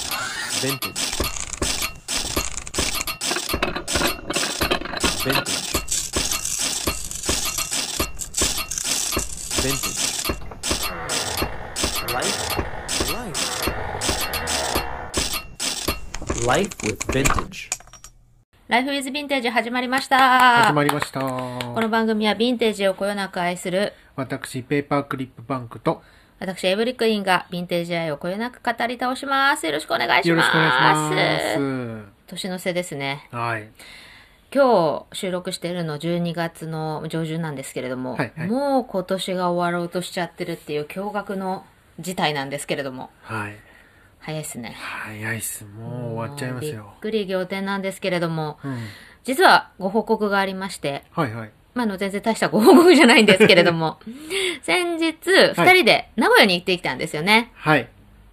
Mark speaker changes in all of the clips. Speaker 1: ベントリーベントリーベントリー Life Life Life with Vintage
Speaker 2: ライフウィズヴィンテージ始まりました
Speaker 3: 始まりました。
Speaker 2: この番組はヴィンテージをこよなく愛する
Speaker 3: 私、ペーパークリップバンクと、
Speaker 2: 私エイブリックインがヴィンテージ愛をこよなく語り倒しますよろしくお願いし
Speaker 3: よろ
Speaker 2: ま
Speaker 3: しくお
Speaker 2: す
Speaker 3: 願いしま
Speaker 2: 年の瀬ですね
Speaker 3: す。はい。
Speaker 2: 今日収録しているの12月の上旬なんですけれども、
Speaker 3: はいはい
Speaker 2: もう今年が終わろうとしちゃってるっていう驚愕の事態なんですけれども
Speaker 3: はい。
Speaker 2: 早いですね
Speaker 3: 早いっす。もう終わっちゃいます
Speaker 2: もう
Speaker 3: よ
Speaker 2: びっ。くり仰天なんですけれども
Speaker 3: うん。
Speaker 2: 実はご報告がありまして
Speaker 3: はいはい。
Speaker 2: まあ、あの、全然大したご報告じゃないんですけれど も、先日、二人で名古屋に行ってきたんですよね。
Speaker 3: はい。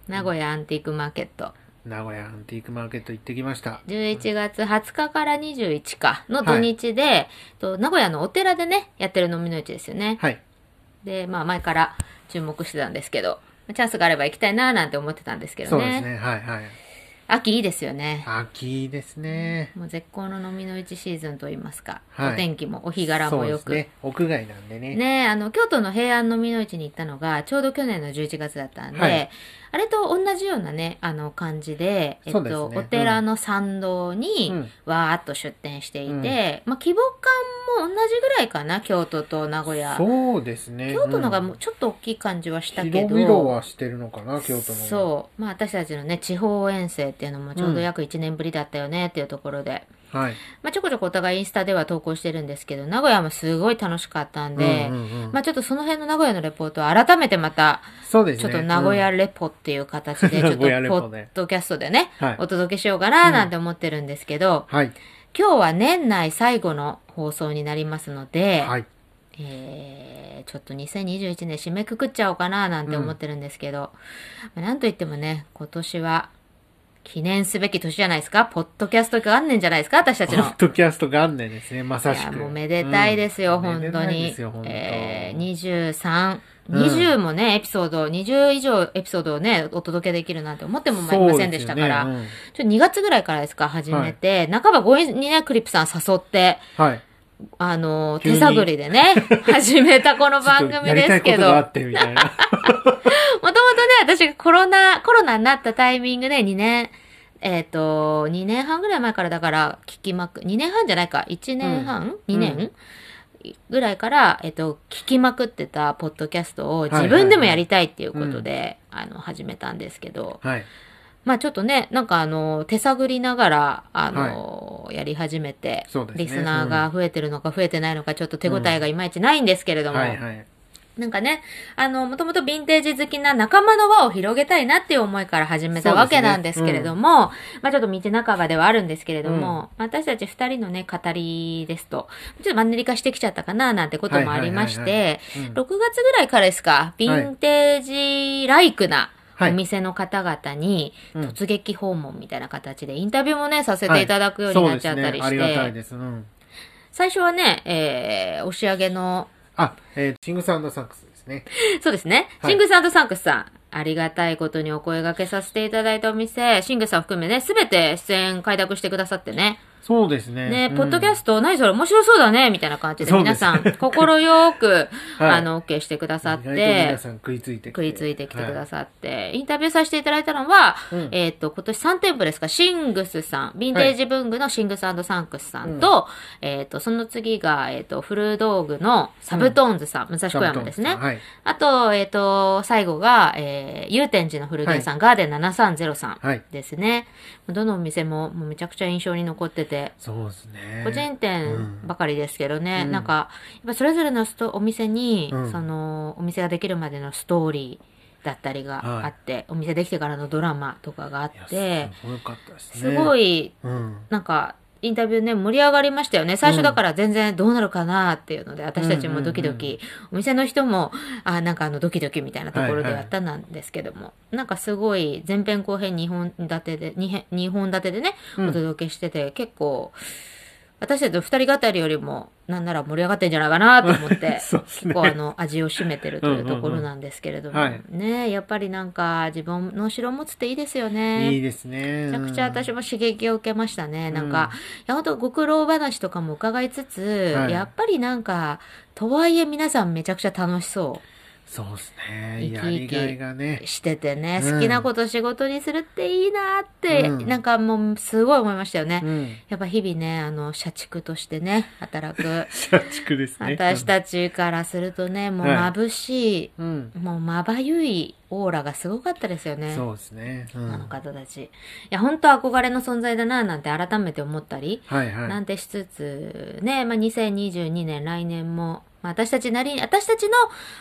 Speaker 2: 名古屋アンティークマーケット。
Speaker 3: 名古屋アンティークマーケット行ってきました。
Speaker 2: 11月20日から21かの土日で、と名古屋のお寺でね、やってる飲みの市ですよね。
Speaker 3: はい。
Speaker 2: で、まあ、前から注目してたんですけど、チャンスがあれば行きたいなーなんて思ってたんですけ
Speaker 3: そ
Speaker 2: ど
Speaker 3: うです
Speaker 2: ね。
Speaker 3: ね。はいはい。
Speaker 2: 秋いいですよね。
Speaker 3: 秋ですね。
Speaker 2: もう絶好の飲みの市シーズンといいますか、
Speaker 3: はい
Speaker 2: お天気もお日柄も良
Speaker 3: そう
Speaker 2: く
Speaker 3: ですね。屋外なんでね。
Speaker 2: ねえあの京都の平安の美の市に行ったのがちょうど去年の11月だったんで、
Speaker 3: はい
Speaker 2: あれと同じようなねあの感じで、えっ
Speaker 3: そうです
Speaker 2: と
Speaker 3: ね
Speaker 2: お寺の参道に
Speaker 3: うん
Speaker 2: わーっと出店していて、まあ、規模感も同じぐらいかな京都と名古屋
Speaker 3: そうですね。
Speaker 2: 京都のが
Speaker 3: うん
Speaker 2: もうちょっと大きい感じはしたけど、
Speaker 3: 広々はしてるのかな、京都の。
Speaker 2: そうまあ私たちのね地方遠征っていうのもちょうど約1年ぶりだったよねっていうところで、
Speaker 3: う。はい。
Speaker 2: まあ、ちょこちょこお互いインスタでは投稿してるんですけど名古屋もすごい楽しかったんで、
Speaker 3: うんうんうん
Speaker 2: まあ、ちょっとその辺の名古屋のレポートは改めてまた
Speaker 3: そうです
Speaker 2: ちょっ
Speaker 3: ね。
Speaker 2: と名古屋レポっていう形でちょっと
Speaker 3: 名
Speaker 2: ポ
Speaker 3: 古屋レポ
Speaker 2: ッ
Speaker 3: ね
Speaker 2: ドキャストでね
Speaker 3: はい
Speaker 2: お届けしようかななんて思ってるんですけど、
Speaker 3: うん。はい。
Speaker 2: 今日は年内最後の放送になりますので、
Speaker 3: はい。
Speaker 2: えーちょっと2021年締めくくっちゃおうかななんて思ってるんですけど、まあなんといってもね今年は記念すべき年じゃないですかポッドキャスト元年じゃないですか私たち
Speaker 3: ポ
Speaker 2: の
Speaker 3: ッ。ドキャスト元年ですね、まさ
Speaker 2: い
Speaker 3: し
Speaker 2: や
Speaker 3: く。
Speaker 2: もうめでたいですよ、
Speaker 3: うん
Speaker 2: 本当
Speaker 3: めでたい
Speaker 2: に
Speaker 3: ですよ、本当。
Speaker 2: えー、23
Speaker 3: うん
Speaker 2: 20もね、エピソード、20以上エピソードをね、お届けできるなんて思ってもまい
Speaker 3: そう
Speaker 2: ま
Speaker 3: ですよね
Speaker 2: せんでしたから、
Speaker 3: うん
Speaker 2: ちょっと2月ぐらいからですか、始めて、半ば強引にね、クリップさん誘って、
Speaker 3: はい。
Speaker 2: あのー、
Speaker 3: 急
Speaker 2: 手
Speaker 3: に
Speaker 2: 探りでね、 始めたこの番
Speaker 3: ちょっと
Speaker 2: 組
Speaker 3: やり
Speaker 2: で
Speaker 3: た
Speaker 2: す
Speaker 3: いこ
Speaker 2: け
Speaker 3: と
Speaker 2: ど、
Speaker 3: が
Speaker 2: も
Speaker 3: あってみたいな。
Speaker 2: ともとね、私がコロナ、コロナになったタイミングで2年、えっ、と、2年半ぐらい前からだから、聞きまく、2年半じゃないか、1年半、
Speaker 3: うん
Speaker 2: 2年、ぐらいから、えっと、聞きまくってたポッドキャストを
Speaker 3: いはい
Speaker 2: 自分でもやりたいっていうことで、あの、始めたんですけど、
Speaker 3: はい。
Speaker 2: まあちょっとね、なんかあの、手探りながら、あの、やり始めて、
Speaker 3: そうですね
Speaker 2: リスナーが増えてるのか増えてないのか、ちょっと手応えがいまいちないんですけれども、
Speaker 3: はいはい。
Speaker 2: なんかね、あの、もともとヴィンテージ好きな仲間の輪を広げたいなっていう思いから始めたわけなんですけれども、まあちょっと道半ばではあるんですけれども、
Speaker 3: うん
Speaker 2: まあ私たち二人のね、語りですと、ちょっとマンネリ化してきちゃったかななんてこともありまし
Speaker 3: はいはい
Speaker 2: て、
Speaker 3: うん
Speaker 2: 6月ぐらいからですか、ヴィンテージライクな、
Speaker 3: はい
Speaker 2: お店の方々に
Speaker 3: うん
Speaker 2: 突撃訪問みたいな形でインタビューもね、させていただくようになっちゃったり
Speaker 3: は
Speaker 2: し
Speaker 3: いそ
Speaker 2: て、
Speaker 3: うですねありがたいです。うん。
Speaker 2: 最初はね、えー、押し上げの
Speaker 3: あ、えー、シングサンドサックスですね。
Speaker 2: そうですね。
Speaker 3: はい
Speaker 2: シングさんとサンクスさん。ありがたいことにお声掛けさせていただいたお店、シングさん含めね、すべて出演開拓してくださってね。
Speaker 3: そうですね。
Speaker 2: ね、
Speaker 3: うん
Speaker 2: ポッドキャスト、何それ面白そうだね、みたいな感じで、
Speaker 3: そうで
Speaker 2: 皆
Speaker 3: す
Speaker 2: さん、心よく、
Speaker 3: はい
Speaker 2: あの、OK してくださっ
Speaker 3: 意外と皆
Speaker 2: て、
Speaker 3: さん食いついてきて。
Speaker 2: 食いついてきてくだ
Speaker 3: さ
Speaker 2: さって、インタビューさせていただいたのは、
Speaker 3: うん
Speaker 2: えっ、と、今年3店舗ですか、シングスさん、ヴィンテージ文具のシングスサンクスさんと、えっ、と、その次が、えっ、と、フル道具のサブトーンズさん、武蔵小山ですね。
Speaker 3: はい。
Speaker 2: あと、えっ、と、最後が、えー、祐天寺の古着屋さん、ガーデン7303さん
Speaker 3: はい。
Speaker 2: ですね。どのお店ももうめちゃくちゃ印象に残ってて、
Speaker 3: そうですね。
Speaker 2: 個人店ばかりですけどね、
Speaker 3: うん
Speaker 2: なんか、やっぱそれぞれのストお店に、
Speaker 3: うん
Speaker 2: その、お店ができるまでのストーリーだったりがあって、お店できてからのドラマとかがあっ
Speaker 3: いや
Speaker 2: て、
Speaker 3: すごかったです
Speaker 2: す
Speaker 3: ね。
Speaker 2: ご
Speaker 3: い。
Speaker 2: い、
Speaker 3: うん。
Speaker 2: なんか、インタビューね、盛り上がりましたよね。最初だから全然どうなるかなっていうので、私たちもドキドキ、
Speaker 3: うんう
Speaker 2: お店の人も、あ、なんかあのドキドキみたいなところで
Speaker 3: はいは
Speaker 2: や
Speaker 3: い
Speaker 2: ったんですけども、なんかすごい前編後編2本立てで、2, 編二本立てでね、
Speaker 3: うん
Speaker 2: お届けしてて、結構、私たちの二人語りよりも、なんなら盛り上がってんじゃないかなと思って、
Speaker 3: そうです
Speaker 2: 結
Speaker 3: ね。
Speaker 2: 構あの味を占めてるとい
Speaker 3: ん
Speaker 2: う
Speaker 3: うんうん
Speaker 2: ところなんですけれども、
Speaker 3: はい
Speaker 2: ねえやっぱりなんか自分の城持つっていいですよ
Speaker 3: いい
Speaker 2: ね。
Speaker 3: ですね。
Speaker 2: めちゃくちゃ私も刺激を受けましたね。なん
Speaker 3: うん
Speaker 2: か、いや本当ご苦労話とかも伺いつつ、
Speaker 3: はい
Speaker 2: やっぱりなんか、とはいえ皆さんめちゃくちゃ楽しそ
Speaker 3: そうですね。
Speaker 2: 生
Speaker 3: や
Speaker 2: き生
Speaker 3: り
Speaker 2: き
Speaker 3: がいがね
Speaker 2: う。しててね、
Speaker 3: うん
Speaker 2: 好きなこと仕事にするっていいなって、
Speaker 3: うん
Speaker 2: なんかもうすごい思いましたよね。
Speaker 3: うん。
Speaker 2: やっぱ日々ね、あの、社畜としてね、 働く
Speaker 3: 社畜ですね。
Speaker 2: 私たちからするとね、もう
Speaker 3: はい
Speaker 2: 眩しい
Speaker 3: うん。
Speaker 2: もうまばゆいオーラがすごかったですよね。
Speaker 3: そうですね。うん
Speaker 2: あの方たち。いや、本当憧れの存在だな、なんて改めて思ったり、
Speaker 3: はいはい。
Speaker 2: なんてしつつ、ね、まあ、2022年、来年も、まあ、私たちなりに、私たちの、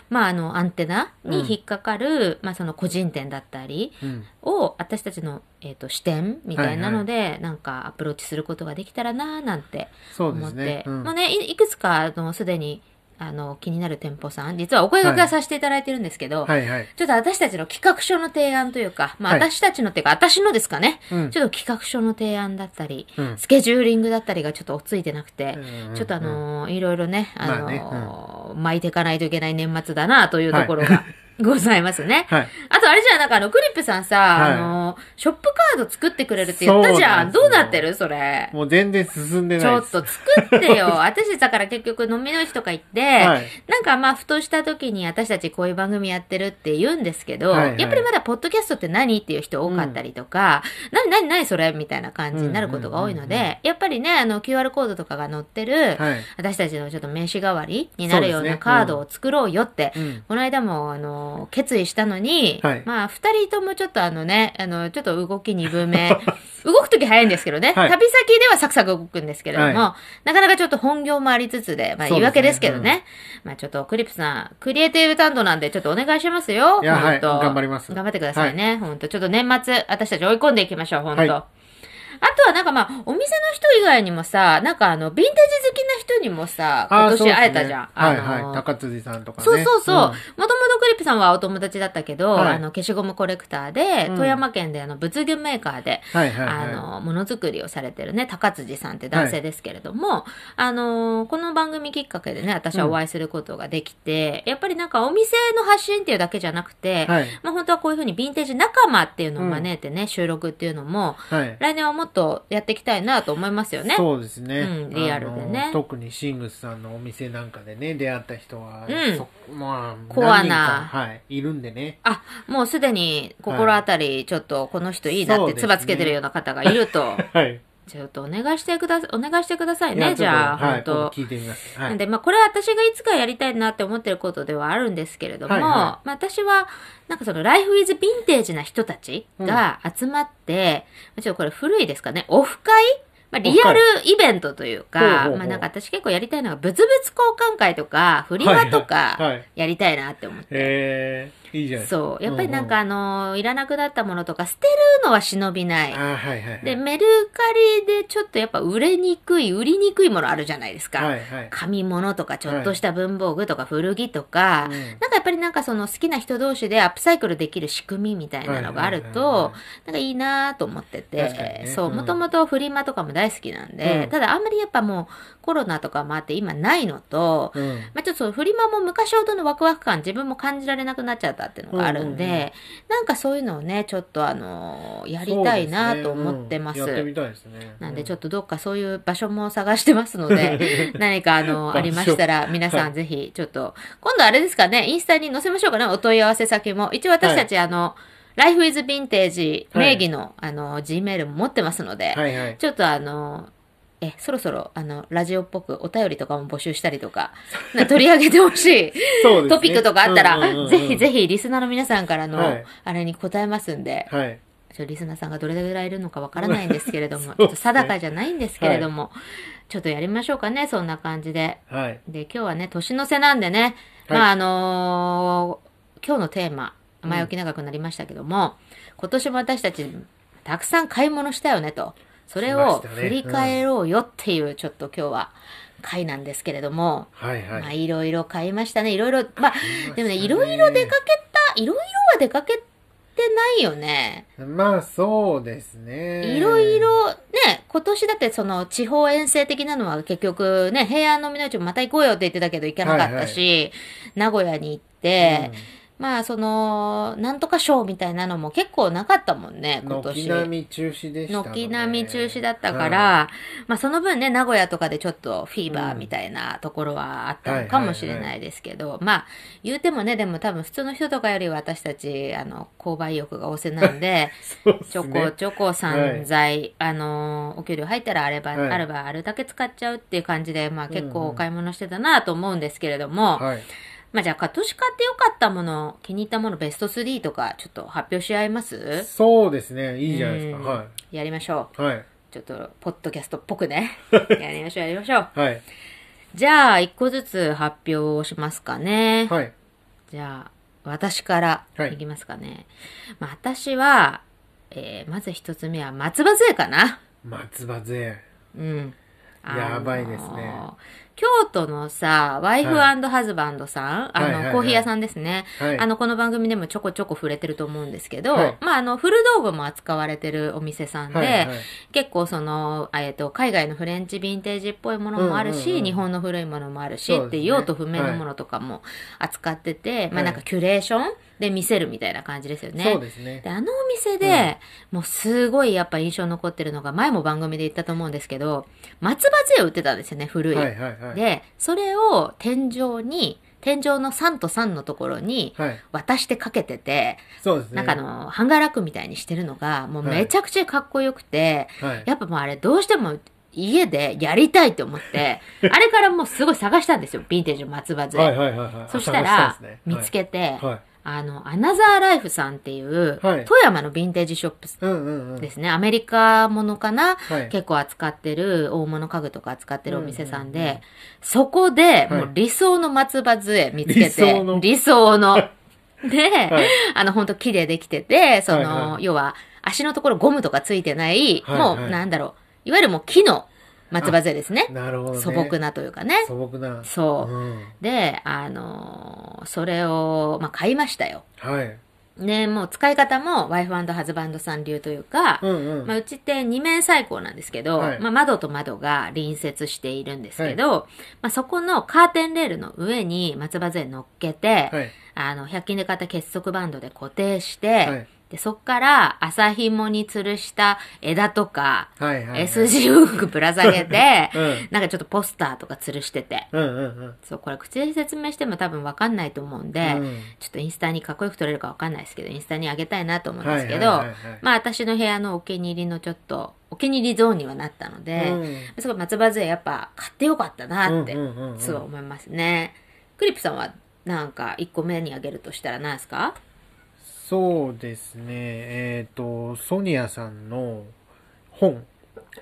Speaker 2: まあ、あの、アンテナに引っかかる、まあ、その個人店だったり
Speaker 3: うん。
Speaker 2: を、私たちの、えっ、と、視点みたいなので、なんか、アプローチすることができたらな、なんて
Speaker 3: そうで
Speaker 2: 思っ
Speaker 3: す
Speaker 2: て、
Speaker 3: ね。うん
Speaker 2: まあねい、いくつか、あの、すでに、あの、気になる店舗さん、実はお声掛けはさせていただいてるんですけど、
Speaker 3: はいはい。
Speaker 2: ちょっと私たちの企画書の提案というか、まあ
Speaker 3: はい
Speaker 2: 私たちのっていうか、私のですかね、
Speaker 3: うん
Speaker 2: ちょっと企画書の提案だったり、
Speaker 3: うん
Speaker 2: スケジューリングだったりがちょっとついてなくて、
Speaker 3: うん
Speaker 2: ちょっとあのーいろいろね、あのー
Speaker 3: ま
Speaker 2: 巻いていかないといけない年末だなというところが ございますね。
Speaker 3: はい。
Speaker 2: あとあれじゃん、なんかあの、クリップさんさ、
Speaker 3: はい
Speaker 2: あのーショップカード作ってくれるって言ったじゃん。
Speaker 3: そ
Speaker 2: どう
Speaker 3: うなんで
Speaker 2: な
Speaker 3: すよ
Speaker 2: ってるそれ。
Speaker 3: もう全然進んで
Speaker 2: ち
Speaker 3: ない
Speaker 2: ょ
Speaker 3: で
Speaker 2: っ
Speaker 3: す。
Speaker 2: と作って よ。私だから結局飲みの市とか行って、
Speaker 3: はい
Speaker 2: なんかまあ、ふとした時に私たちこういう番組やってるって言うんですけど、
Speaker 3: はいはい
Speaker 2: やっぱりまだポッドキャストって何っていう人多かったりとか、何何何それみたいな感じになることが多いので、
Speaker 3: うんうんうん
Speaker 2: やっぱりね、あの QR コードとかが載ってる、
Speaker 3: はい。
Speaker 2: 私たちのちょっと名刺代わりになるよう
Speaker 3: そうです
Speaker 2: な
Speaker 3: ね
Speaker 2: カードを作ろうよって、
Speaker 3: うん。
Speaker 2: この間も、あの、決意したのに、
Speaker 3: はい
Speaker 2: まあ、二人ともちょっとあのね、あの、ちょっと動き二分 目。動くとき早いんですけどね、
Speaker 3: はい
Speaker 2: 旅先ではサクサク動くんですけれども、
Speaker 3: はい
Speaker 2: なかなかちょっと本業もありつつで、まあ、
Speaker 3: そうですね
Speaker 2: 言い訳ですけどね。まあ、ちょっとクリップさん、クリエイティブ担当なんで、ちょっとお願いしますよ。
Speaker 3: いやはい
Speaker 2: 本当
Speaker 3: 頑張ります
Speaker 2: 頑張ってくださいね。本当ちょっと年末、私たち追い込んでいきましょう、本当、
Speaker 3: はい
Speaker 2: あとはなんかまあ、お店の人以外にもさ、なんかあの、ヴィンテージ好きな人にもさ、今
Speaker 3: ーそう
Speaker 2: 年
Speaker 3: ですね
Speaker 2: 会えたじゃん。
Speaker 3: はい
Speaker 2: あの
Speaker 3: はい。高辻さんとかね。
Speaker 2: そうそうそう。も
Speaker 3: ん
Speaker 2: ともとクリップさんはお友達だったけど、
Speaker 3: はい
Speaker 2: あの、消しゴムコレクターで、
Speaker 3: うん
Speaker 2: 富山県であの、仏具メーカーで、
Speaker 3: はいはいはい。
Speaker 2: あの、ものづくりをされてるね、高辻さんって男性ですけれども、あの、この番組きっかけでね、私はお会いすることができて、やっぱりなんかお店の発信っていうだけじゃなくて、
Speaker 3: はい
Speaker 2: まあ本当はこういうふうにヴィンテージ仲間っていうのを招いてね、収録っていうのも、
Speaker 3: はい。
Speaker 2: 来年はもっとやっていきたいなと思いますよね。
Speaker 3: そうですね。
Speaker 2: うんリアルでね
Speaker 3: あの特にシングスさんのお店なんかでね、出会った人は、
Speaker 2: うん
Speaker 3: そまあ、
Speaker 2: コア
Speaker 3: 何人
Speaker 2: な
Speaker 3: かはい、いるんでね。
Speaker 2: あ、もうすでに心当たり、ちょっとこの人いいな
Speaker 3: そ
Speaker 2: っ
Speaker 3: う
Speaker 2: て、
Speaker 3: ですね
Speaker 2: つばつけてるような方がいる と、
Speaker 3: はい。
Speaker 2: ちょっとお願いしてくださ、お願いしてください
Speaker 3: いや
Speaker 2: ね、
Speaker 3: ちょっと
Speaker 2: じゃあ、
Speaker 3: はい、
Speaker 2: 本当
Speaker 3: 今度聞いてみます。は
Speaker 2: なん
Speaker 3: い。
Speaker 2: で、まあ、これは私がいつかやりたいなって思ってることではあるんですけれども、
Speaker 3: はいは
Speaker 2: まあ、私は、なんかその、ライフウィズヴィンテージな人たちが集まって、まあちょっとこれ古いですかね、オフ会まあ、リアルイベントという
Speaker 3: ほうほう
Speaker 2: か、
Speaker 3: ほう
Speaker 2: まあ、なんか私結構やりたいのが、物々交換会とか、フリマと
Speaker 3: はいはい
Speaker 2: か
Speaker 3: はい、
Speaker 2: やりたいなって思って。
Speaker 3: えー、いいじゃないですか。
Speaker 2: そう。やっぱりなん
Speaker 3: う
Speaker 2: かあのいらなくなったものとか捨てるのは忍びない。
Speaker 3: あーはいはいはい。
Speaker 2: で、メルカリでちょっとやっぱ売れにくい、売りにくいものあるじゃないですか。
Speaker 3: はいはい。
Speaker 2: 紙物とかちょっとした文房具とか古着とか、
Speaker 3: うん
Speaker 2: なんかやっぱりなんかその好きな人同士でアップサイクルできる仕組みみたいなのがある
Speaker 3: はいはいはいは
Speaker 2: と、なんかいいなぁと思って
Speaker 3: 確かに
Speaker 2: て、
Speaker 3: ね
Speaker 2: そう、
Speaker 3: うん
Speaker 2: もともとフリマとかも大好きなんで、
Speaker 3: うん
Speaker 2: ただあんまりやっぱもうコロナとかもあって今ないのと、
Speaker 3: うん。
Speaker 2: まあ、ちょっとそのフリマも昔ほどのワクワク感自分も感じられなくなっちゃったっていうのがあるんで、
Speaker 3: うんうんうん
Speaker 2: なんかそういうのをねちょっとあのーやりたいなと思ってます。
Speaker 3: そうでねうんやってみたいですね。
Speaker 2: なんでちょ
Speaker 3: っ
Speaker 2: っとどっかそういう場所も探してますので、 何かあの、
Speaker 3: 場所
Speaker 2: ありましたら皆さんぜひちょっと、今度あれですかね、インスタに載せましょうかね、お問い合わせ先も。一応私たちあの、ライフイズヴィンテージ名義の、あの、G メールも持ってますので、
Speaker 3: はいはい。
Speaker 2: ちょっとあの、え、そろそろ、あの、ラジオっぽくお便りとかも募集したりとか、な取り上げてほしい
Speaker 3: そうですね
Speaker 2: トピックとかあったら、ぜひぜ
Speaker 3: ひ。
Speaker 2: ひリスナーの皆さんからの、
Speaker 3: はい
Speaker 2: あれに答えますんで、
Speaker 3: はい。
Speaker 2: ちょっとリスナーさんがどれぐらいいるのかわからないんですけれども、
Speaker 3: そう
Speaker 2: ちょっ
Speaker 3: ですね
Speaker 2: と定かじゃないんですけれども、ちょっとやりましょうかね、そんな感じで。
Speaker 3: はい。
Speaker 2: で、今日はね、年の瀬なんでね、
Speaker 3: はい
Speaker 2: まあ、あのー今日のテーマ、
Speaker 3: うん
Speaker 2: 前置き長くなりましたけども、今年も私たち、たくさん買い物したよねと、それを
Speaker 3: しましたね
Speaker 2: 振り返ろうよっていう、ちょっと今日は、回なんですけれども、
Speaker 3: はいはい。
Speaker 2: まあ、いろいろ買いましたね、いろいろ、まあ、でもね、
Speaker 3: 買いましたね
Speaker 2: いろいろ出かけた、いろいろは出かけないよね。
Speaker 3: まあそうですね。
Speaker 2: いろい。ろ、ね、今年だってその地方遠征的なのは結局ね、平安のみの市もまた行こうよって言ってたけど行かなかったし、名古屋に行って、まあその、なんとかショーみたいなのも結構なかったもんね、
Speaker 3: うん、
Speaker 2: 今年。
Speaker 3: 軒並み中止でしたので。
Speaker 2: 軒並み中止だったか
Speaker 3: はい、
Speaker 2: ら、まあその分ね、名古屋とかでちょっとフィーバーみたいなところはあったのかもしれないですけど、まあ言うてもね、でも多分普通の人とかよりは私たち、あの、購買意欲が旺盛なん で、
Speaker 3: そうで
Speaker 2: ちょ
Speaker 3: す
Speaker 2: こ
Speaker 3: ね。
Speaker 2: ちょこ散財、あのー、お給料入ったらあれば、
Speaker 3: はい
Speaker 2: あればあるだけ使っちゃうっていう感じで、まあ結
Speaker 3: うん
Speaker 2: 構
Speaker 3: うん
Speaker 2: お買い物してたなと思うんですけれども、
Speaker 3: はい。
Speaker 2: まあじゃあ今年買ってよかったもの、気に入ったものベスト3とかちょっと発表し合います
Speaker 3: そうですね。いいじゃないです
Speaker 2: うん
Speaker 3: か。は
Speaker 2: やりましょう。
Speaker 3: い。はい。
Speaker 2: ちょっと、ポッドキャストっぽく ね。やりましょう、やりましょう。
Speaker 3: はい。
Speaker 2: じゃあ、一個ずつ発表をしますかね。
Speaker 3: はい。
Speaker 2: じゃあ、私から
Speaker 3: はい
Speaker 2: いきますかね。まあ、私は、えー、まず一つ目は松葉杖かな。
Speaker 3: 松葉杖。
Speaker 2: うん。あのー
Speaker 3: やばいですね。
Speaker 2: 京都のさ、ワイフハズバンドさん、あ
Speaker 3: はいはいは
Speaker 2: の、
Speaker 3: い
Speaker 2: コーヒー屋さんですね。
Speaker 3: はい。
Speaker 2: あの、この番組でもちょこちょこ触れてると思うんですけど、
Speaker 3: はい
Speaker 2: まあ、あの、古道具も扱われてるお店さんで、
Speaker 3: はい、はい
Speaker 2: 結構その、えっと、海外のフレンチヴィンテージっぽいものもあるし、
Speaker 3: うんうんうん
Speaker 2: 日本の古いものもあるし、
Speaker 3: そうですね
Speaker 2: っていう用途不明のものとかも扱ってて、ま
Speaker 3: は
Speaker 2: あ
Speaker 3: い
Speaker 2: なんかキュレーションで見せるみたいな感じですよね。
Speaker 3: そうですね
Speaker 2: で。あのお店で、もうすごいやっぱ印象残ってるのが、前も番組で言ったと思うんですけど、松葉杖を売ってたんですよね、古い。
Speaker 3: はいはいはい。
Speaker 2: で、それを天井に、天井の3と3のところに
Speaker 3: はい。
Speaker 2: 渡してかけてて、
Speaker 3: そうですね。
Speaker 2: なんかあの、ハンガーラックみたいにしてるのが、もうめちゃくちゃかっこよくて、
Speaker 3: はい。
Speaker 2: やっぱもうあれどうしても家でやりたいと思 って、あれからもうすごい探したんですよ、ヴィンテージの松葉
Speaker 3: はい
Speaker 2: 杖。
Speaker 3: はいはいはい。
Speaker 2: そした
Speaker 3: 探
Speaker 2: ら
Speaker 3: んですね、
Speaker 2: 見つけて、
Speaker 3: はい。はい。
Speaker 2: あの、アナザーライフさんっていう、
Speaker 3: はい
Speaker 2: 富山のヴィンテージショップ
Speaker 3: うんうんうん。。
Speaker 2: ですすね、アメリカものかな
Speaker 3: はい。
Speaker 2: 結構扱ってる大物家具とか扱ってるお店さんで、
Speaker 3: うんうんうん
Speaker 2: そこで
Speaker 3: はい
Speaker 2: もう理想の松葉杖見つけて、
Speaker 3: 理想の
Speaker 2: 理想ので、
Speaker 3: はい
Speaker 2: あの本当木でできてて、その、
Speaker 3: はいは
Speaker 2: 要は足のところゴムとかついてない、
Speaker 3: はい
Speaker 2: もう
Speaker 3: はい
Speaker 2: なんだろう、いわゆるもう木の松葉杖ですね。
Speaker 3: なるほどね。
Speaker 2: 素朴なというかね。
Speaker 3: 素朴な。
Speaker 2: そうう。
Speaker 3: ん。
Speaker 2: で、あのーそれを、まあ、買いましたよ。
Speaker 3: はい。
Speaker 2: ね、もう使い方もワイフハズバンドさん流というか、
Speaker 3: うんうん。
Speaker 2: まあ、うちって二面採光なんですけど、
Speaker 3: はい
Speaker 2: まあ、窓と窓が隣接しているんですけど、まあ、そこのカーテンレールの上に松葉杖乗っけて、
Speaker 3: はい。
Speaker 2: あの、100均で買った結束バンドで固定し
Speaker 3: は
Speaker 2: て、
Speaker 3: い。
Speaker 2: でそこから朝紐に吊るした枝とか、
Speaker 3: はいはい。、
Speaker 2: S 字フックぶら下げて
Speaker 3: うん。
Speaker 2: なんかちょっとポスターとか吊るしてて、
Speaker 3: うんうんうん。
Speaker 2: そう、これ口で説明しても多分わかんないと思うんで、
Speaker 3: うん
Speaker 2: ちょっとインスタにかっこよく撮れるかわかんないですけど、インスタにあげたいなと思うんですけど、
Speaker 3: はいはいはい
Speaker 2: まあ私の部屋のお気に入りのちょっと、お気に入りゾーンにはなったの
Speaker 3: はい
Speaker 2: で、すごい松葉杖やっぱ買ってよかったなって
Speaker 3: うん、うんうんうん
Speaker 2: すごい思いますね。クリップさんはなんか1個目にあげるとしたら何ですか
Speaker 3: そうですね。えっ、と、ソニアさんの本、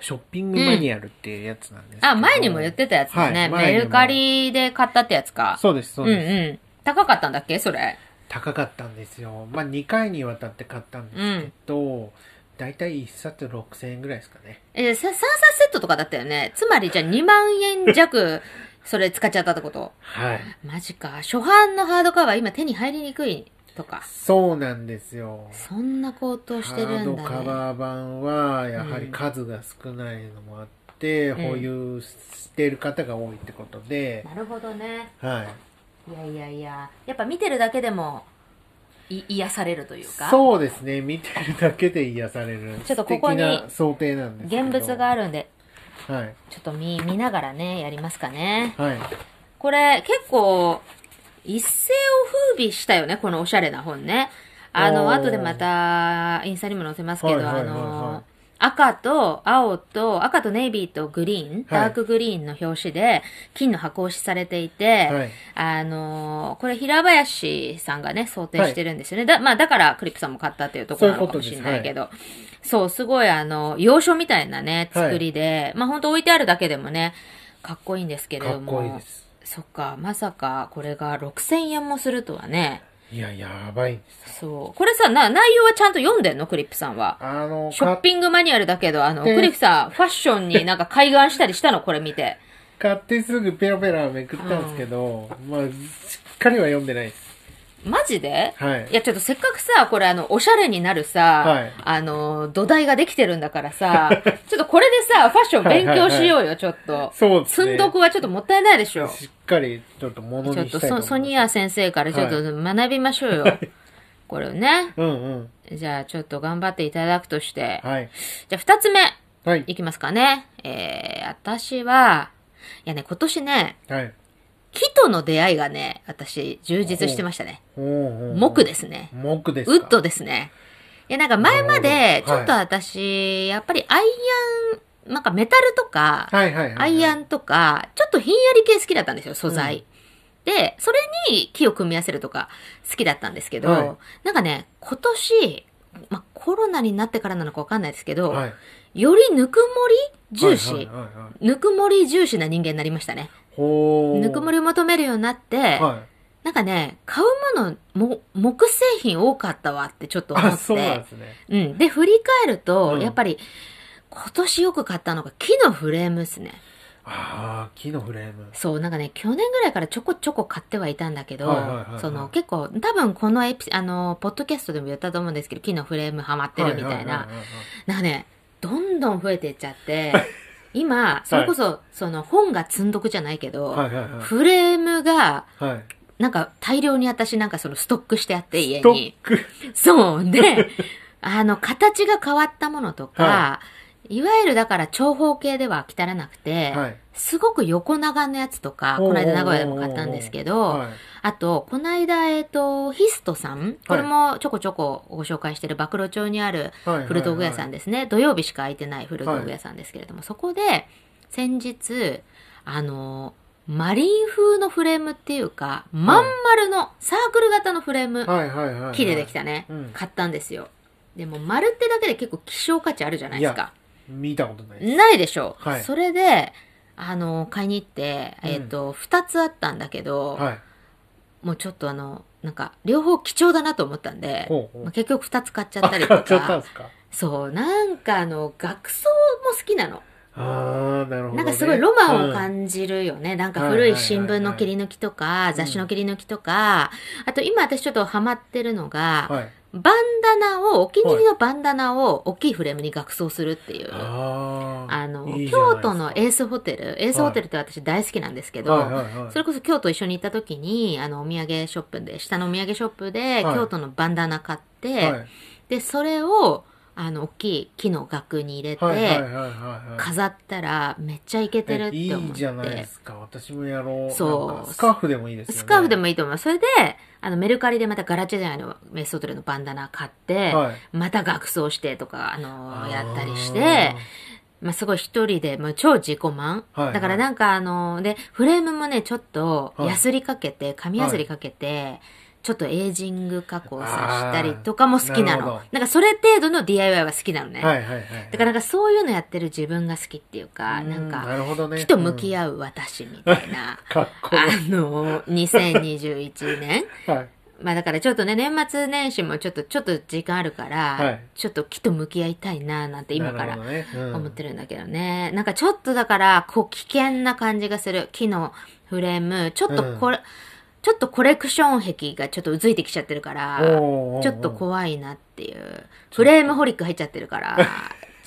Speaker 3: ショッピングマニュアルっていうやつなんですけど
Speaker 2: あ、前にも言ってたやつだね。
Speaker 3: はい前にも
Speaker 2: メルカリで買ったってやつか。
Speaker 3: そうです、そう
Speaker 2: うん
Speaker 3: です。
Speaker 2: うん。高かったんだっけそれ。
Speaker 3: 高かったんですよ。まあ、2回にわたって買ったんですけど、だいたい1冊6000円ぐらいですかね。
Speaker 2: えー、さ3冊セットとかだったよね。つまりじゃあ2万円弱、それ使っちゃったってこと
Speaker 3: はい。
Speaker 2: マジか。初版のハードカバー今手に入りにくいとか。
Speaker 3: そうなんですよ。
Speaker 2: そんな高騰してるん
Speaker 3: ハード
Speaker 2: だ
Speaker 3: カ
Speaker 2: ね。
Speaker 3: バー版は、やはり数が少ないのもあって、
Speaker 2: ん
Speaker 3: 保有している方が多いってことで、
Speaker 2: なるほどね。
Speaker 3: はい。
Speaker 2: いやいやいや。やっぱ見てるだけでも、い、癒されるというか。
Speaker 3: そうですね。見てるだけで癒される。
Speaker 2: ちょっとここに
Speaker 3: 素敵な想定なんですけど。
Speaker 2: 現物があ
Speaker 3: る。
Speaker 2: るんで、
Speaker 3: はい。
Speaker 2: ちょっと見、見ながらね、やりますかね。
Speaker 3: はい。
Speaker 2: これ、結構、一世を風靡したよね、このおしゃれな本ね。あの、
Speaker 3: おー
Speaker 2: 後でまた、インスタにも載せますけ
Speaker 3: は
Speaker 2: ど、
Speaker 3: いはい
Speaker 2: あ
Speaker 3: はいはい
Speaker 2: の、赤と青と、赤とネイビーとグリーン、ダークグリーンの表紙で、金の箱押しされていて、
Speaker 3: はい。
Speaker 2: あのーこれ平林さんがね、想定してるんですよね。だ、まあだからクリップさんも買ったっていうところなのかもしれないけど。そう、すごいあの、洋書みたいなね、
Speaker 3: はい
Speaker 2: 作りで、まあ本当置いてあるだけでもね、かっこいいんですけれ
Speaker 3: か
Speaker 2: ど
Speaker 3: っ
Speaker 2: も。
Speaker 3: こいいです。
Speaker 2: そっか、まさかこれが6000円もするとはね。
Speaker 3: いや、やばいです。
Speaker 2: そう。これさ、な、内容はちゃんと読んでんのクリップさんは。
Speaker 3: あの、
Speaker 2: ショッピングマニュアルだけど、あの、
Speaker 3: で
Speaker 2: クリップさん、ファッションになんか開眼したりしたのこれ見て。
Speaker 3: 買ってすぐペラペラめくったんですけど、まあ、しっかりは読んでないです。
Speaker 2: マジで
Speaker 3: はい
Speaker 2: い。や、ちょっとせっかくさ、これあの、おしゃれになるさ、
Speaker 3: はい
Speaker 2: あの、土台ができてるんだからさ、ちょっとこれでさ、ファッション勉強しようよ、ちょっと。
Speaker 3: そうですね
Speaker 2: 積んどくはちょっともったいないでしょ。
Speaker 3: しっかりちょっともの
Speaker 2: ちょっ
Speaker 3: にし
Speaker 2: と
Speaker 3: たいと思
Speaker 2: ソ
Speaker 3: います
Speaker 2: ソニア先生からちょっと学びましょうよ。これをね。
Speaker 3: うんうん
Speaker 2: じゃあちょっと頑張っていただくとして。
Speaker 3: はい
Speaker 2: じゃあ二つ目、
Speaker 3: はい
Speaker 2: いきますかね。えー、私は、いやね、今年ね、
Speaker 3: はい
Speaker 2: 木との出会いがね、私、充実してましたね。
Speaker 3: おうおう
Speaker 2: 木ですね。
Speaker 3: 木です
Speaker 2: ウ
Speaker 3: か
Speaker 2: ッドですね。いや、なんか前まで、ち
Speaker 3: な
Speaker 2: ょ
Speaker 3: るほ
Speaker 2: っ
Speaker 3: ど
Speaker 2: と
Speaker 3: は
Speaker 2: 私、やっぱりアイアン、なんかメタルとか、
Speaker 3: はいはいはい
Speaker 2: アイアンとか、ちょっとひんやり系好きだったんですよ、素材。で、それに木を組み合わせるとか好きだったんですけど、
Speaker 3: はい
Speaker 2: なんかね、今年、まあ、コロナになってからなのかわかんないですけど、
Speaker 3: はい
Speaker 2: よりぬくもり重視、
Speaker 3: はいはいはいはい
Speaker 2: ぬくもり重視な人間になりましたね。
Speaker 3: ほう
Speaker 2: ぬくもりを求めるようになって、
Speaker 3: はい
Speaker 2: なんかね、買うもの、も、木製品多かったわってちょっと思
Speaker 3: あ
Speaker 2: っ
Speaker 3: そうなん
Speaker 2: て
Speaker 3: で。すね
Speaker 2: うん。で、振り返ると、
Speaker 3: うん
Speaker 2: やっぱり、今年よく買ったのが木のフレームですね。
Speaker 3: ああ木のフレーム
Speaker 2: そう、なんかね、去年ぐらいからちょこちょこ買ってはいたんだけど
Speaker 3: はいはいはいは、い
Speaker 2: その結構、多分このエピ、あの、ポッドキャストでも言ったと思うんですけど、木のフレームハマってるみたい
Speaker 3: は
Speaker 2: な
Speaker 3: は。は
Speaker 2: なんかね、どんどん増えていっちゃ って、今、それこそ、その本が積んどくじゃないけど、
Speaker 3: いはいはい
Speaker 2: フレームが、
Speaker 3: はいはい
Speaker 2: なんか大量に私なんかそのストックしてあって家
Speaker 3: ストッ
Speaker 2: に。
Speaker 3: ク
Speaker 2: そう。で、 あの、形が変わったものとか、、
Speaker 3: はい
Speaker 2: わゆるだから長方形では汚なくて、
Speaker 3: はい
Speaker 2: すごく横長のやつとか、
Speaker 3: おー
Speaker 2: この間名古屋でも買ったんですけど、
Speaker 3: はい
Speaker 2: あと、この間、えっ、と、ヒストさん、これもちょこちょこご紹介してる、曝露町にある
Speaker 3: はいはい
Speaker 2: 古道具屋さんですね、土曜日しか開いてない古道具屋さんですけれども、そこで、先日、あの、マリン風のフレームっていうか、まん丸のサークル型のフレーム、
Speaker 3: はいはいはいはい
Speaker 2: 木でできたね、
Speaker 3: うん
Speaker 2: 買ったんですよでも丸ってだけで結構希少価値あるじゃないですか
Speaker 3: 見たことないです
Speaker 2: ないでしょう、
Speaker 3: はい
Speaker 2: それであの買いに行って、
Speaker 3: うん
Speaker 2: えっと2つあったんだけど、
Speaker 3: はい
Speaker 2: もうちょっとあのなんか両方貴重だなと思ったんで、
Speaker 3: ほうほう
Speaker 2: まあ結局2つ買っちゃ
Speaker 3: あ
Speaker 2: ったりと
Speaker 3: 買っちゃったん
Speaker 2: か
Speaker 3: ですか
Speaker 2: そうなんかあの額装も好きなの
Speaker 3: ああなるほどね
Speaker 2: なんかすごいロマンを
Speaker 3: うん
Speaker 2: 感じるよね。なんか古い新聞の切り抜きとか、雑誌の切り抜きとか、あと今私ちょっとハマってるのが、
Speaker 3: はい
Speaker 2: バンダナを、お気に入りのバンダナを大きいフレームに額装するっていう。
Speaker 3: あー
Speaker 2: あの、
Speaker 3: いいじゃない
Speaker 2: 京
Speaker 3: ですか
Speaker 2: 都のエースホテル、エースホテルって私大好きなんですけど、
Speaker 3: はいはいはい
Speaker 2: それこそ京都一緒に行った時に、あの、お土産ショップで、下のお土産ショップで、
Speaker 3: はい
Speaker 2: 京都のバンダナ買って、
Speaker 3: はい
Speaker 2: で、それを、あの、大きい木の額に入れて、
Speaker 3: はいはいはいはいはい
Speaker 2: 飾ったら、めっちゃイケてるっ
Speaker 3: えい
Speaker 2: て思って。
Speaker 3: いじゃないですか私もやろう
Speaker 2: そう
Speaker 3: なんかスカーフでもいいですよね
Speaker 2: スカーフでもいいと思います。それで、あの、メルカリでまたガラチェジャイのメスホテルのバンダナ買って、
Speaker 3: はい
Speaker 2: また学装してとか、あの
Speaker 3: あー
Speaker 2: やったりして、まあ、すごい一人で、もう超自己満。
Speaker 3: はいはい
Speaker 2: だからなんかあので、フレームもね、ちょっと、
Speaker 3: はい
Speaker 2: やすりかけて、紙やすりかけて、ちょっとエイジング加工させたりとかも好きな
Speaker 3: あーなるほ
Speaker 2: の
Speaker 3: ど。
Speaker 2: なんかそれ程度の DIY は好きなのね。
Speaker 3: はいはいはい
Speaker 2: だからなんかそういうのやってる自分が好きっていうか、
Speaker 3: う
Speaker 2: なんか、
Speaker 3: なるほどね
Speaker 2: 木と向き
Speaker 3: 合
Speaker 2: 合う私みたいな。
Speaker 3: うん かっこ
Speaker 2: あの、2021年。
Speaker 3: いいはい
Speaker 2: まあだからちょっとね、年末年始もちょっと、ちょっと時間あるから、
Speaker 3: はい
Speaker 2: ちょっと木と向き合いたいな、なんて今から
Speaker 3: なるほどねうん
Speaker 2: 思ってるんだけどね。なんかちょっとだから、こう危険な感じがする。木のフレーム。ちょっとこれ、ちょっとコレクション壁がちょっとうずいてきちゃってるから、
Speaker 3: おーおーおー
Speaker 2: ちょっと怖いなっていう。フレームホリック入っちゃってるから、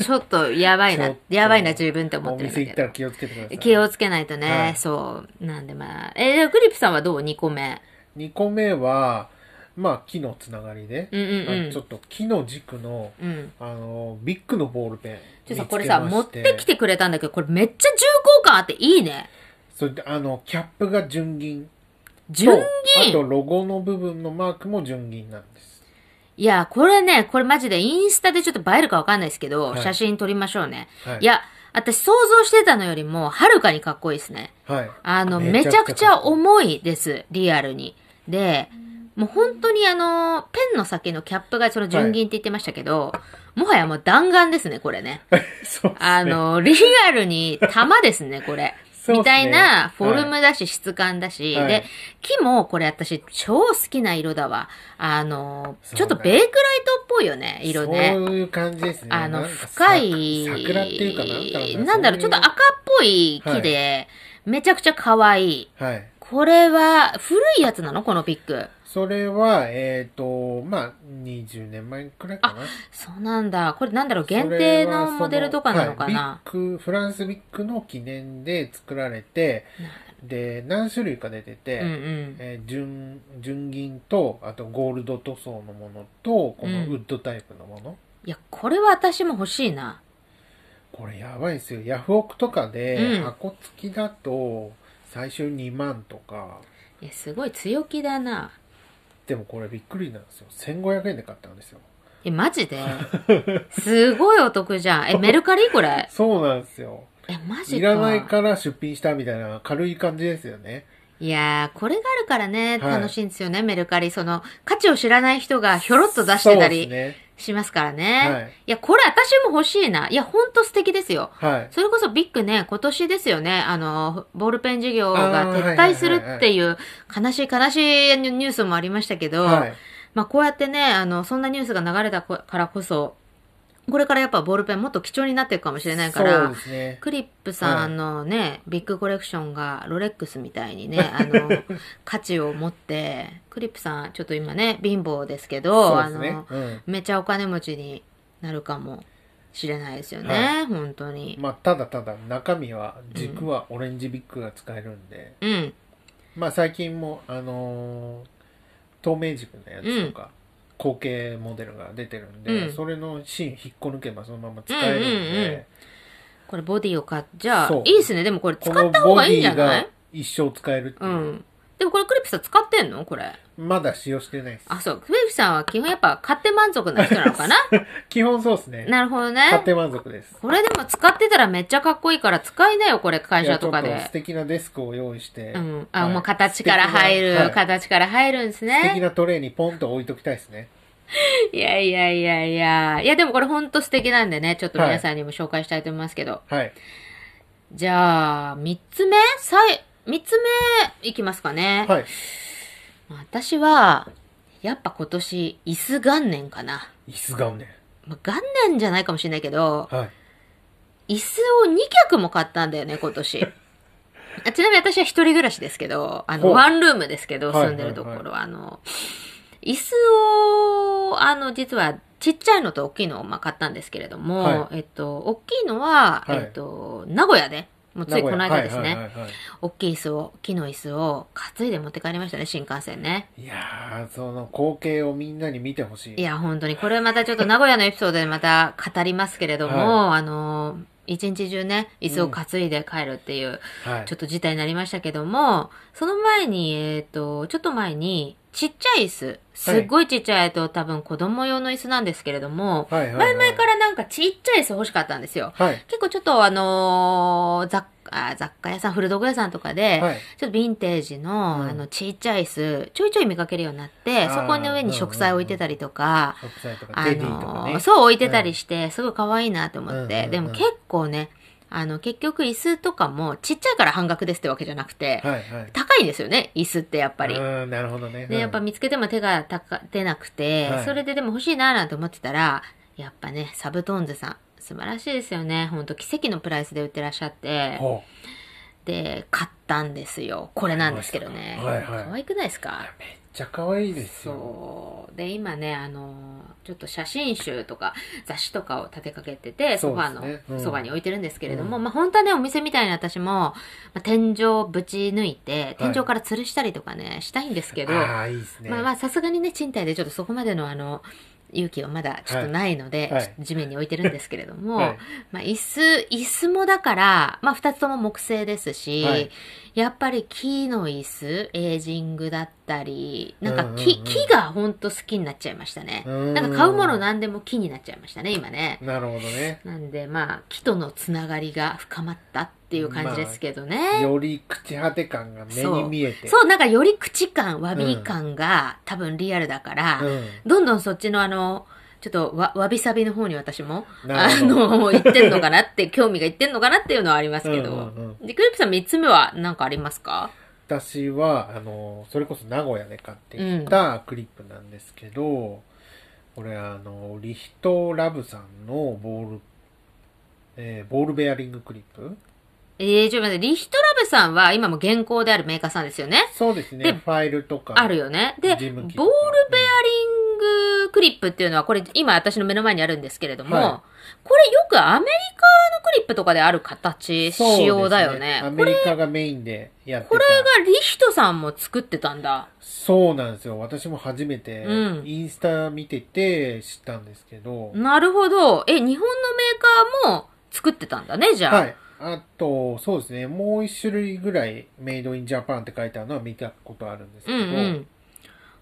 Speaker 2: ちょっとやばい
Speaker 3: ちょ
Speaker 2: な
Speaker 3: っ、と
Speaker 2: やばいな自分って思
Speaker 3: お
Speaker 2: ってるん
Speaker 3: 店
Speaker 2: だ
Speaker 3: 行っ
Speaker 2: け
Speaker 3: た
Speaker 2: ど。
Speaker 3: ら気をつけてください
Speaker 2: 気をつけないとね、
Speaker 3: はい
Speaker 2: そう。なんでまあ。えー、グリップさんはどう ?2 個目。
Speaker 3: 2個目はまあ木のつながりで
Speaker 2: うんうんう
Speaker 3: あ
Speaker 2: ん。
Speaker 3: ちょっと木の軸の
Speaker 2: うん。
Speaker 3: あのビッグのボールペン
Speaker 2: ちょっと
Speaker 3: 見つ
Speaker 2: さ、
Speaker 3: け
Speaker 2: これさ、
Speaker 3: ま
Speaker 2: 持っ
Speaker 3: して
Speaker 2: てきてくれたんだけど、これめっちゃ重厚感あっていいね。
Speaker 3: それであのキャップが純銀
Speaker 2: 純
Speaker 3: とあと
Speaker 2: 銀
Speaker 3: ロゴの部分のマークも純銀なんです
Speaker 2: いや、これね、これマジでインスタでちょっと映えるかわかんないですけど、
Speaker 3: はい
Speaker 2: 写真撮りましょうね。
Speaker 3: はい
Speaker 2: い、や、私想像してたのよりも、はるかにかっこいいですね。
Speaker 3: はい
Speaker 2: あの、めちゃくちゃ重いです、リアルに。で、もう本当にあの、ペンの先のキャップがその純銀って言ってましたけど、もはやもう弾丸ですね、これね。
Speaker 3: そうっすね
Speaker 2: あの、リアルに玉ですね、これ。
Speaker 3: そうっすね
Speaker 2: みたいな、フォルムだし、質感だし、
Speaker 3: はい
Speaker 2: で、木も、これ私、超好きな色だわ。あの、
Speaker 3: そうね
Speaker 2: ちょっとベイクライトっぽいよね、色ね。
Speaker 3: そういう感じですね
Speaker 2: あの、
Speaker 3: なんか
Speaker 2: 深い、
Speaker 3: さ桜っていうかな
Speaker 2: な
Speaker 3: んだろう
Speaker 2: んだろう、ち
Speaker 3: そ
Speaker 2: ょっ
Speaker 3: い
Speaker 2: と赤っぽい木で、めちゃくちゃ可愛い。
Speaker 3: はい
Speaker 2: これは、古いやつなのこのピック。
Speaker 3: それは、えっ、と、まあ、20年前くらいかな。
Speaker 2: そうなんだ。これなんだろう、限定のモデルとかなのかな。
Speaker 3: それはそのはいビッグフランスビッグの記念で作られて、で、何種類か出てて、
Speaker 2: うんうん。
Speaker 3: えー純、純銀と、あとゴールド塗装のものと、この
Speaker 2: うん
Speaker 3: ウッドタイプのもの。
Speaker 2: いや、これは私も欲しいな。
Speaker 3: これやばいですよ。ヤフオクとか
Speaker 2: う
Speaker 3: で、
Speaker 2: ん
Speaker 3: 箱付きだと、最終2万とか、
Speaker 2: いや、すごい強気だな。
Speaker 3: でもこれびっくりなんですよ。1500円で買ったんですよ。
Speaker 2: え、マジ ですごいお得じゃん。え、メルカリこれ。
Speaker 3: そうなんですよ。
Speaker 2: え、マジか。
Speaker 3: いらないから出品したみたいな軽い感じですよね。
Speaker 2: いやー、これがあるからね、
Speaker 3: はい
Speaker 2: 楽しいんですよね、メルカリ。その、価値を知らない人がひょろっと出してた
Speaker 3: そう
Speaker 2: り
Speaker 3: です
Speaker 2: しますから
Speaker 3: ね。
Speaker 2: ね。
Speaker 3: はい。
Speaker 2: いや、これ私も欲しいな。いや、ほんと素敵ですよ。
Speaker 3: はい。
Speaker 2: それこそビッグね、今年ですよね、あの、ボールペン事業が
Speaker 3: あーは
Speaker 2: 撤
Speaker 3: いはいはいは
Speaker 2: 退
Speaker 3: い
Speaker 2: するっていう悲しい悲しいニュースもありましたけど、
Speaker 3: はい。
Speaker 2: まあこうやってね、あの、そんなニュースが流れたこからこそ、これからやっぱボールペンもっと貴重になっていくかもしれないか
Speaker 3: そう
Speaker 2: ら
Speaker 3: で、すね。
Speaker 2: クリップさんのね、ビッグコレクションがロレックスみたいに ね、あの、価値を持って、クリップさんちょっと今ね、貧乏ですけど、
Speaker 3: そうで
Speaker 2: あ
Speaker 3: す
Speaker 2: の、
Speaker 3: ね。うん。
Speaker 2: めちゃお金持ちになるかもしれないですよね、
Speaker 3: は
Speaker 2: 本当に。
Speaker 3: まあ、ただただ中身は、軸はオレンジビッグが使えるんで、
Speaker 2: うん。
Speaker 3: まあ最近も、あのー透明軸のやつとか、後継モデルが出てるんで、
Speaker 2: うん
Speaker 3: それの芯引っこ抜けばそのまま使えるんで、
Speaker 2: うんうんうんこれボディを買っちゃ
Speaker 3: そう
Speaker 2: いいですね。でもこれ使
Speaker 3: こ
Speaker 2: っ
Speaker 3: の
Speaker 2: た方
Speaker 3: ボ
Speaker 2: が
Speaker 3: デ
Speaker 2: いいんじゃ
Speaker 3: ィ
Speaker 2: な
Speaker 3: が
Speaker 2: い
Speaker 3: 一生使えるって
Speaker 2: う
Speaker 3: いう、
Speaker 2: ん。でもこれクリップさん使ってんのこれ。
Speaker 3: まだ使用してないです。
Speaker 2: あ、そう。クリップさんは基本やっぱ買って満足な人なのかな
Speaker 3: 基本そうですね。
Speaker 2: なるほど
Speaker 3: 買っ
Speaker 2: ね。
Speaker 3: て満足です。
Speaker 2: これでも使ってたらめっちゃかっこいいから使いなよ、これ会
Speaker 3: いや
Speaker 2: 社
Speaker 3: ちょ
Speaker 2: とか
Speaker 3: っ素
Speaker 2: で。
Speaker 3: 敵なデスクを用意して。
Speaker 2: うん。あ、
Speaker 3: はい
Speaker 2: もう形から入る、
Speaker 3: 素敵なはい
Speaker 2: 形から入るんです
Speaker 3: 素敵
Speaker 2: ね。
Speaker 3: なトレイにポンと置いときたいですね。
Speaker 2: いやいやいやいや。いやでもこれほんと素敵なんでね、ちょっと皆さんにも紹介したいと思いますけど。
Speaker 3: はい。
Speaker 2: じゃあ、三つ目さい、三つ目いきますかね。
Speaker 3: はい。
Speaker 2: 私は、やっぱ今年、椅子元年かな。
Speaker 3: 椅子がね。
Speaker 2: まあ、元年じゃないかもしれないけど、
Speaker 3: はい。
Speaker 2: 椅子を2脚も買ったんだよね、今 年。あちなみに私は一人暮らしですけど、あの、
Speaker 3: ほう
Speaker 2: ワンルームですけど、
Speaker 3: はい
Speaker 2: 住んでるところは、
Speaker 3: はい
Speaker 2: あの、椅子を、あの、実は、ちっちゃいのと大きいのを、まあ、買ったんですけれども、
Speaker 3: は
Speaker 2: えっと、大きいのは、
Speaker 3: はい
Speaker 2: えっと、名古屋で、もうついこの間ですね、
Speaker 3: はいはいはいは
Speaker 2: 大きい椅子を、木の椅子を担いで持って帰りましたね、新幹線ね。
Speaker 3: い。いやー、その光景をみんなに見てほしい。
Speaker 2: いや、本当に、これまたちょっと名古屋のエピソードでまた語りますけれども、あの、一日中ね、椅子を担いで帰るっていう、
Speaker 3: はい。
Speaker 2: ちょっと事態になりましたけども、その前に、えっ、と、ちょっと前に、ちっちゃい椅子、すっごいちっちゃい、えっと、多分子供用の椅子なんですけれども、
Speaker 3: はいはい、は
Speaker 2: 前
Speaker 3: い。
Speaker 2: 々からなんかちっちゃい椅子欲しかったんですよ。
Speaker 3: はい。
Speaker 2: 結構ちょっとあのー雑あ雑貨屋さん、古道具屋さんとかで、
Speaker 3: はい。
Speaker 2: ちょっとヴィンテージの、
Speaker 3: うん
Speaker 2: あの、ちっちゃい椅子、ちょいちょい見かけるようになって、
Speaker 3: あー
Speaker 2: そこの上に植栽置いてたりとか、
Speaker 3: ショップサイトとか、
Speaker 2: あ
Speaker 3: テディとか
Speaker 2: のー
Speaker 3: ね。
Speaker 2: そう置いてたりして、すごい可愛いなと思っ
Speaker 3: うんうん
Speaker 2: て、
Speaker 3: うん
Speaker 2: でも結構ね、あの、結局椅子とかも、ちっちゃいから半額ですってわけじゃなくて、
Speaker 3: はいはい。やっ
Speaker 2: 高いんですよね、椅子ってやっぱり。
Speaker 3: うん、なるほどね。
Speaker 2: で、やっぱ
Speaker 3: うん
Speaker 2: 見つけても手が高出なくて、
Speaker 3: はい
Speaker 2: それででも欲しいななんて思ってたら、やっぱね、サブトーンズさん、素晴らしいですよね。ほんと奇跡のプライスで売ってらっしゃって、
Speaker 3: ほう
Speaker 2: で、買ったね買ったんですよ。これなんですけどね。
Speaker 3: はいはい
Speaker 2: 可愛くないですか
Speaker 3: めっちゃ可愛いですよ。
Speaker 2: そう。で、今ね、あの、ちょっと写真集とか雑誌とかを立てかけてて、ソファーの、
Speaker 3: そうですねうん
Speaker 2: そばに置いてるんですけれども、
Speaker 3: うん
Speaker 2: まあ本当はね、お店みたいに私も、まあ、天井ぶち抜いて、天井から吊るしたりとかね、したいんですけど、
Speaker 3: ああ、いいですね。
Speaker 2: まあまあさすがにね、賃貸でちょっとそこまでのあの、勇気はまだちょっとないので、
Speaker 3: はいはい
Speaker 2: ちょっと地面に置いてるんですけれども、
Speaker 3: はい
Speaker 2: まあ椅子、椅子もだから、まあ二つとも木製ですし、
Speaker 3: はい
Speaker 2: やっぱり木の椅子、エイジングだったり、なんか木、
Speaker 3: うんうんうん
Speaker 2: 木がほんと好きになっちゃいましたね。
Speaker 3: うん
Speaker 2: なんか買うもの何でも木になっちゃいましたね、今ね。
Speaker 3: なるほどね。
Speaker 2: なんでまあ木とのつながりが深まったっていう感じですけどね。
Speaker 3: より朽ち果て感が目
Speaker 2: そ
Speaker 3: に
Speaker 2: う
Speaker 3: 見えて。
Speaker 2: そう、なんかより口感、わび感が、多分リアルだから、
Speaker 3: うん。
Speaker 2: どんどんそっちのあの、ちょっとわ、わびさびの方に私も、あ
Speaker 3: なるほど
Speaker 2: の、行ってんのかなって、興味がいってんのかなっていうのはありますけど。
Speaker 3: うんうん
Speaker 2: で、クリップさん3つ目は何かありますか
Speaker 3: 私は、あの、それこそ名古屋で買ってきたクリップなんですけど、これあの、リヒトラブさんのボール、えーボールベアリングクリップ
Speaker 2: えー、ちょっと待って、リヒトラブさんは今も現行であるメーカーさんですよね。
Speaker 3: そうです
Speaker 2: で
Speaker 3: ね。ファイルとか。
Speaker 2: あるよね。で、ボー
Speaker 3: 事
Speaker 2: ルベ
Speaker 3: 務
Speaker 2: アリン
Speaker 3: 機とか
Speaker 2: グクリップっていうのは、これ今私の目の前にあるんですけれども、
Speaker 3: は
Speaker 2: これよくアメリカのクリップとかである形、
Speaker 3: そうです
Speaker 2: 仕様だよね。
Speaker 3: ア
Speaker 2: こ
Speaker 3: メ
Speaker 2: れ
Speaker 3: リカがメインでやってた。
Speaker 2: これがリヒトさんも作ってたんだ。
Speaker 3: そうなんですよ。私も初めて
Speaker 2: う、ん
Speaker 3: インスタ見てて知ったんですけど。
Speaker 2: なるほど。え、日本のメーカーも作ってたんだね、じゃあ。
Speaker 3: はい。あと、そうですね。もう一種類ぐらい、メイドインジャパンって書いてあるのは見たことあるんですけ
Speaker 2: う
Speaker 3: ど。
Speaker 2: んうん。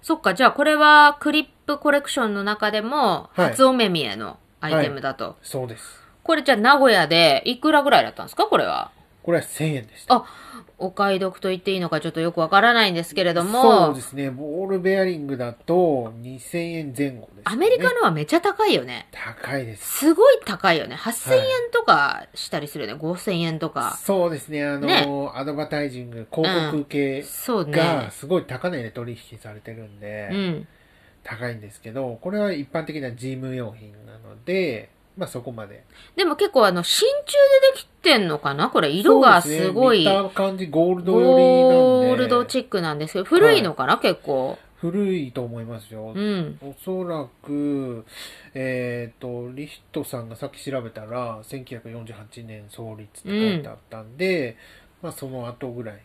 Speaker 2: そっか、じゃあこれはクリップコレクションの中でも、
Speaker 3: はい
Speaker 2: 初お目見えのアイテムだと。
Speaker 3: そうです。
Speaker 2: これじゃあ名古屋でいくらぐらいだったんですかこれは。
Speaker 3: これは1000円でした。
Speaker 2: あ、お買い得と言っていいのかちょっとよくわからないんですけれど
Speaker 3: そう
Speaker 2: も
Speaker 3: で、すね。ボールベアリングだと2000円前後です、ね。
Speaker 2: アメリカのはめちゃ高いよね。
Speaker 3: 高いです。
Speaker 2: すごい高いよね。8000
Speaker 3: は
Speaker 2: 円
Speaker 3: い
Speaker 2: とかしたりするよね。5000円とか。
Speaker 3: そうですね。あの、
Speaker 2: ね
Speaker 3: アドバタイジング、広告系
Speaker 2: そうね
Speaker 3: が。すごい高値で取引されてるんで、
Speaker 2: うん。
Speaker 3: 高いんですけど、これは一般的な事務用品なので、まあそこまで。
Speaker 2: でも結構あの、真鍮でできてんのかなこれ色が
Speaker 3: そうです
Speaker 2: す
Speaker 3: ね
Speaker 2: ごい、
Speaker 3: 見た感じゴールド寄りなんで。
Speaker 2: ゴールドチックなんですけど、古いのかな、結構。
Speaker 3: 古いと思いますよ。
Speaker 2: うん。
Speaker 3: おそらく、えっ、と、リヒトさんがさっき調べたら、1948年創立って書いてあったんで、まあその後ぐらい。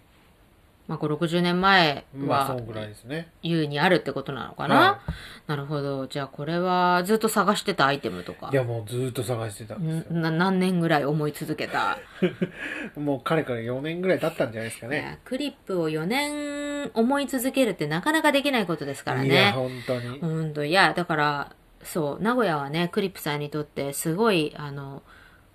Speaker 2: まあ、5、60年前
Speaker 3: まあそ
Speaker 2: は
Speaker 3: のぐらいですね。
Speaker 2: 優にあるってことなのかな、
Speaker 3: は
Speaker 2: なるほど。じゃあこれはずっと探してたアイテムとか
Speaker 3: い。やもうずーっと探してたんですよ。
Speaker 2: な何年ぐらい思い続けた、
Speaker 3: もう彼から4年ぐらい経ったんじゃないですか
Speaker 2: い
Speaker 3: ね。
Speaker 2: やクリップを4年思い続けるってなかなかできないことですから
Speaker 3: いや、
Speaker 2: ね。
Speaker 3: 本当に。
Speaker 2: うんと、いや、だから、そう、名古屋はね、クリップさんにとってすごい、あの、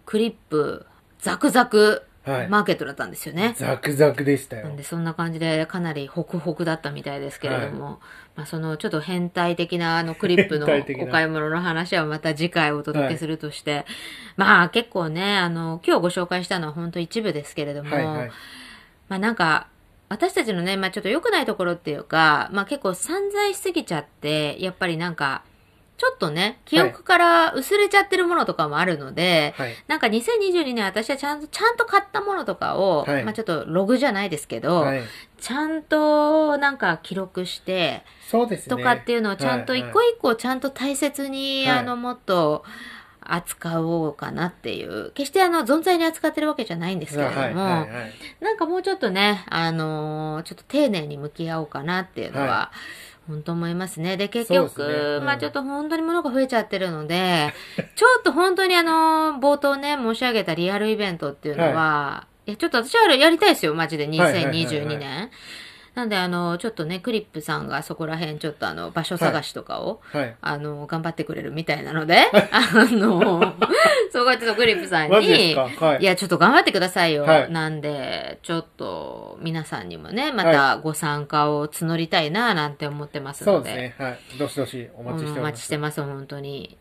Speaker 2: クリップ、ザクザク、
Speaker 3: はい
Speaker 2: マーケットだったんですよね。
Speaker 3: ザクザクでした
Speaker 2: なん
Speaker 3: よ
Speaker 2: で。そんな感じでかなりホクホクだったみたいですけれども、まあ、そのちょっと変態的なあのクリップの
Speaker 3: 変態的な
Speaker 2: お買い物の話はまた次回お届けするとして、まあ結構ねあの今日ご紹介したのは本当一部ですけれども、
Speaker 3: はいはい。
Speaker 2: まあなんか私たちのね、まあ、ちょっと良くないところっていうか、まあ、結構散財しすぎちゃってやっぱりなんかちょっとね記憶から薄れちゃってるものとかもあるので、
Speaker 3: はい。
Speaker 2: なんか2022年私はちゃんと、ちゃんと買ったものとかを、
Speaker 3: はい
Speaker 2: まあちょっとログじゃないですけど、
Speaker 3: はい。
Speaker 2: ちゃんとなんか記録して
Speaker 3: そうですね。
Speaker 2: とかっていうのをちゃんと
Speaker 3: はい
Speaker 2: 一
Speaker 3: はい
Speaker 2: 個一個ちゃんと大切に、
Speaker 3: はい
Speaker 2: あのもっと扱おうかなっていう、決してあの存在に扱ってるわけじゃないんですけれども、
Speaker 3: はいはいはい。
Speaker 2: なんかもうちょっとね、あのーちょっと丁寧に向き合おうかなっていうのは、
Speaker 3: は
Speaker 2: 本当思いますね。で、結
Speaker 3: そ
Speaker 2: 局、
Speaker 3: うですねうん
Speaker 2: まあちょっと本当に物が増えちゃってるので、 ちょっと本当にあのー冒頭ね、申し上げたリアルイベントっていうのは、い、や、ちょっと私はやりたいですよ、マジで、
Speaker 3: いはいはいはい
Speaker 2: 2022年。なんで、あのー、ちょっとね、クリップさんがそこら辺、ちょっとあの、場所探しとかを、
Speaker 3: はい。
Speaker 2: あのー、頑張ってくれるみたいなの で、あのー、そこはちょっとクリップさん
Speaker 3: マジです
Speaker 2: に、
Speaker 3: かはい
Speaker 2: い。や、ちょっと頑張ってくださいよ。
Speaker 3: はい
Speaker 2: なんで、ちょっと、皆さんにもね、またご参加を募りたいな、なんて思ってます
Speaker 3: そ
Speaker 2: の
Speaker 3: う
Speaker 2: で。
Speaker 3: ですね。はい。どしどしお
Speaker 2: お
Speaker 3: 待ちしております。
Speaker 2: 待ちしてます、本当に。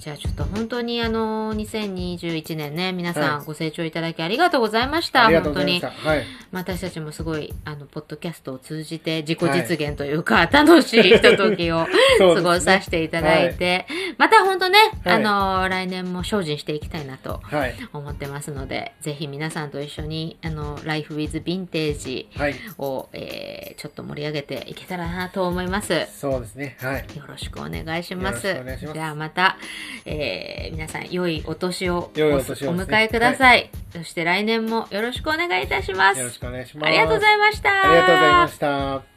Speaker 2: じゃあちょっと本当にあの2021年ね皆さ
Speaker 3: は
Speaker 2: ん
Speaker 3: い
Speaker 2: ご清聴いただきありがとうございました、
Speaker 3: ありがとう
Speaker 2: 本
Speaker 3: ご
Speaker 2: 当
Speaker 3: ざいま
Speaker 2: に
Speaker 3: した。はい。
Speaker 2: まあ私たちもすごいあのポッドキャストを通じて自己実現というか、 楽しいひとときを
Speaker 3: そう
Speaker 2: 過
Speaker 3: ですね
Speaker 2: ごさせていただいて、また本当ね、
Speaker 3: はい
Speaker 2: あの来年も精進していきたいなと
Speaker 3: はい。
Speaker 2: 思ってますのでぜひ皆さんと一緒にあのライフウィズヴィンテージ
Speaker 3: はい。
Speaker 2: を、えーちょっと盛り上げていけたらなと思います。よ
Speaker 3: そうですね。はい。
Speaker 2: ろしくお願いします。
Speaker 3: よろしくお願いします
Speaker 2: ではまた、えー皆さん良いお年を
Speaker 3: 良いお年をですね
Speaker 2: お迎えください。そして来年もよろしくお願いいたします。
Speaker 3: よろしくお願いします。
Speaker 2: ありがとうござ
Speaker 3: い
Speaker 2: いました。
Speaker 3: ありがとうございました。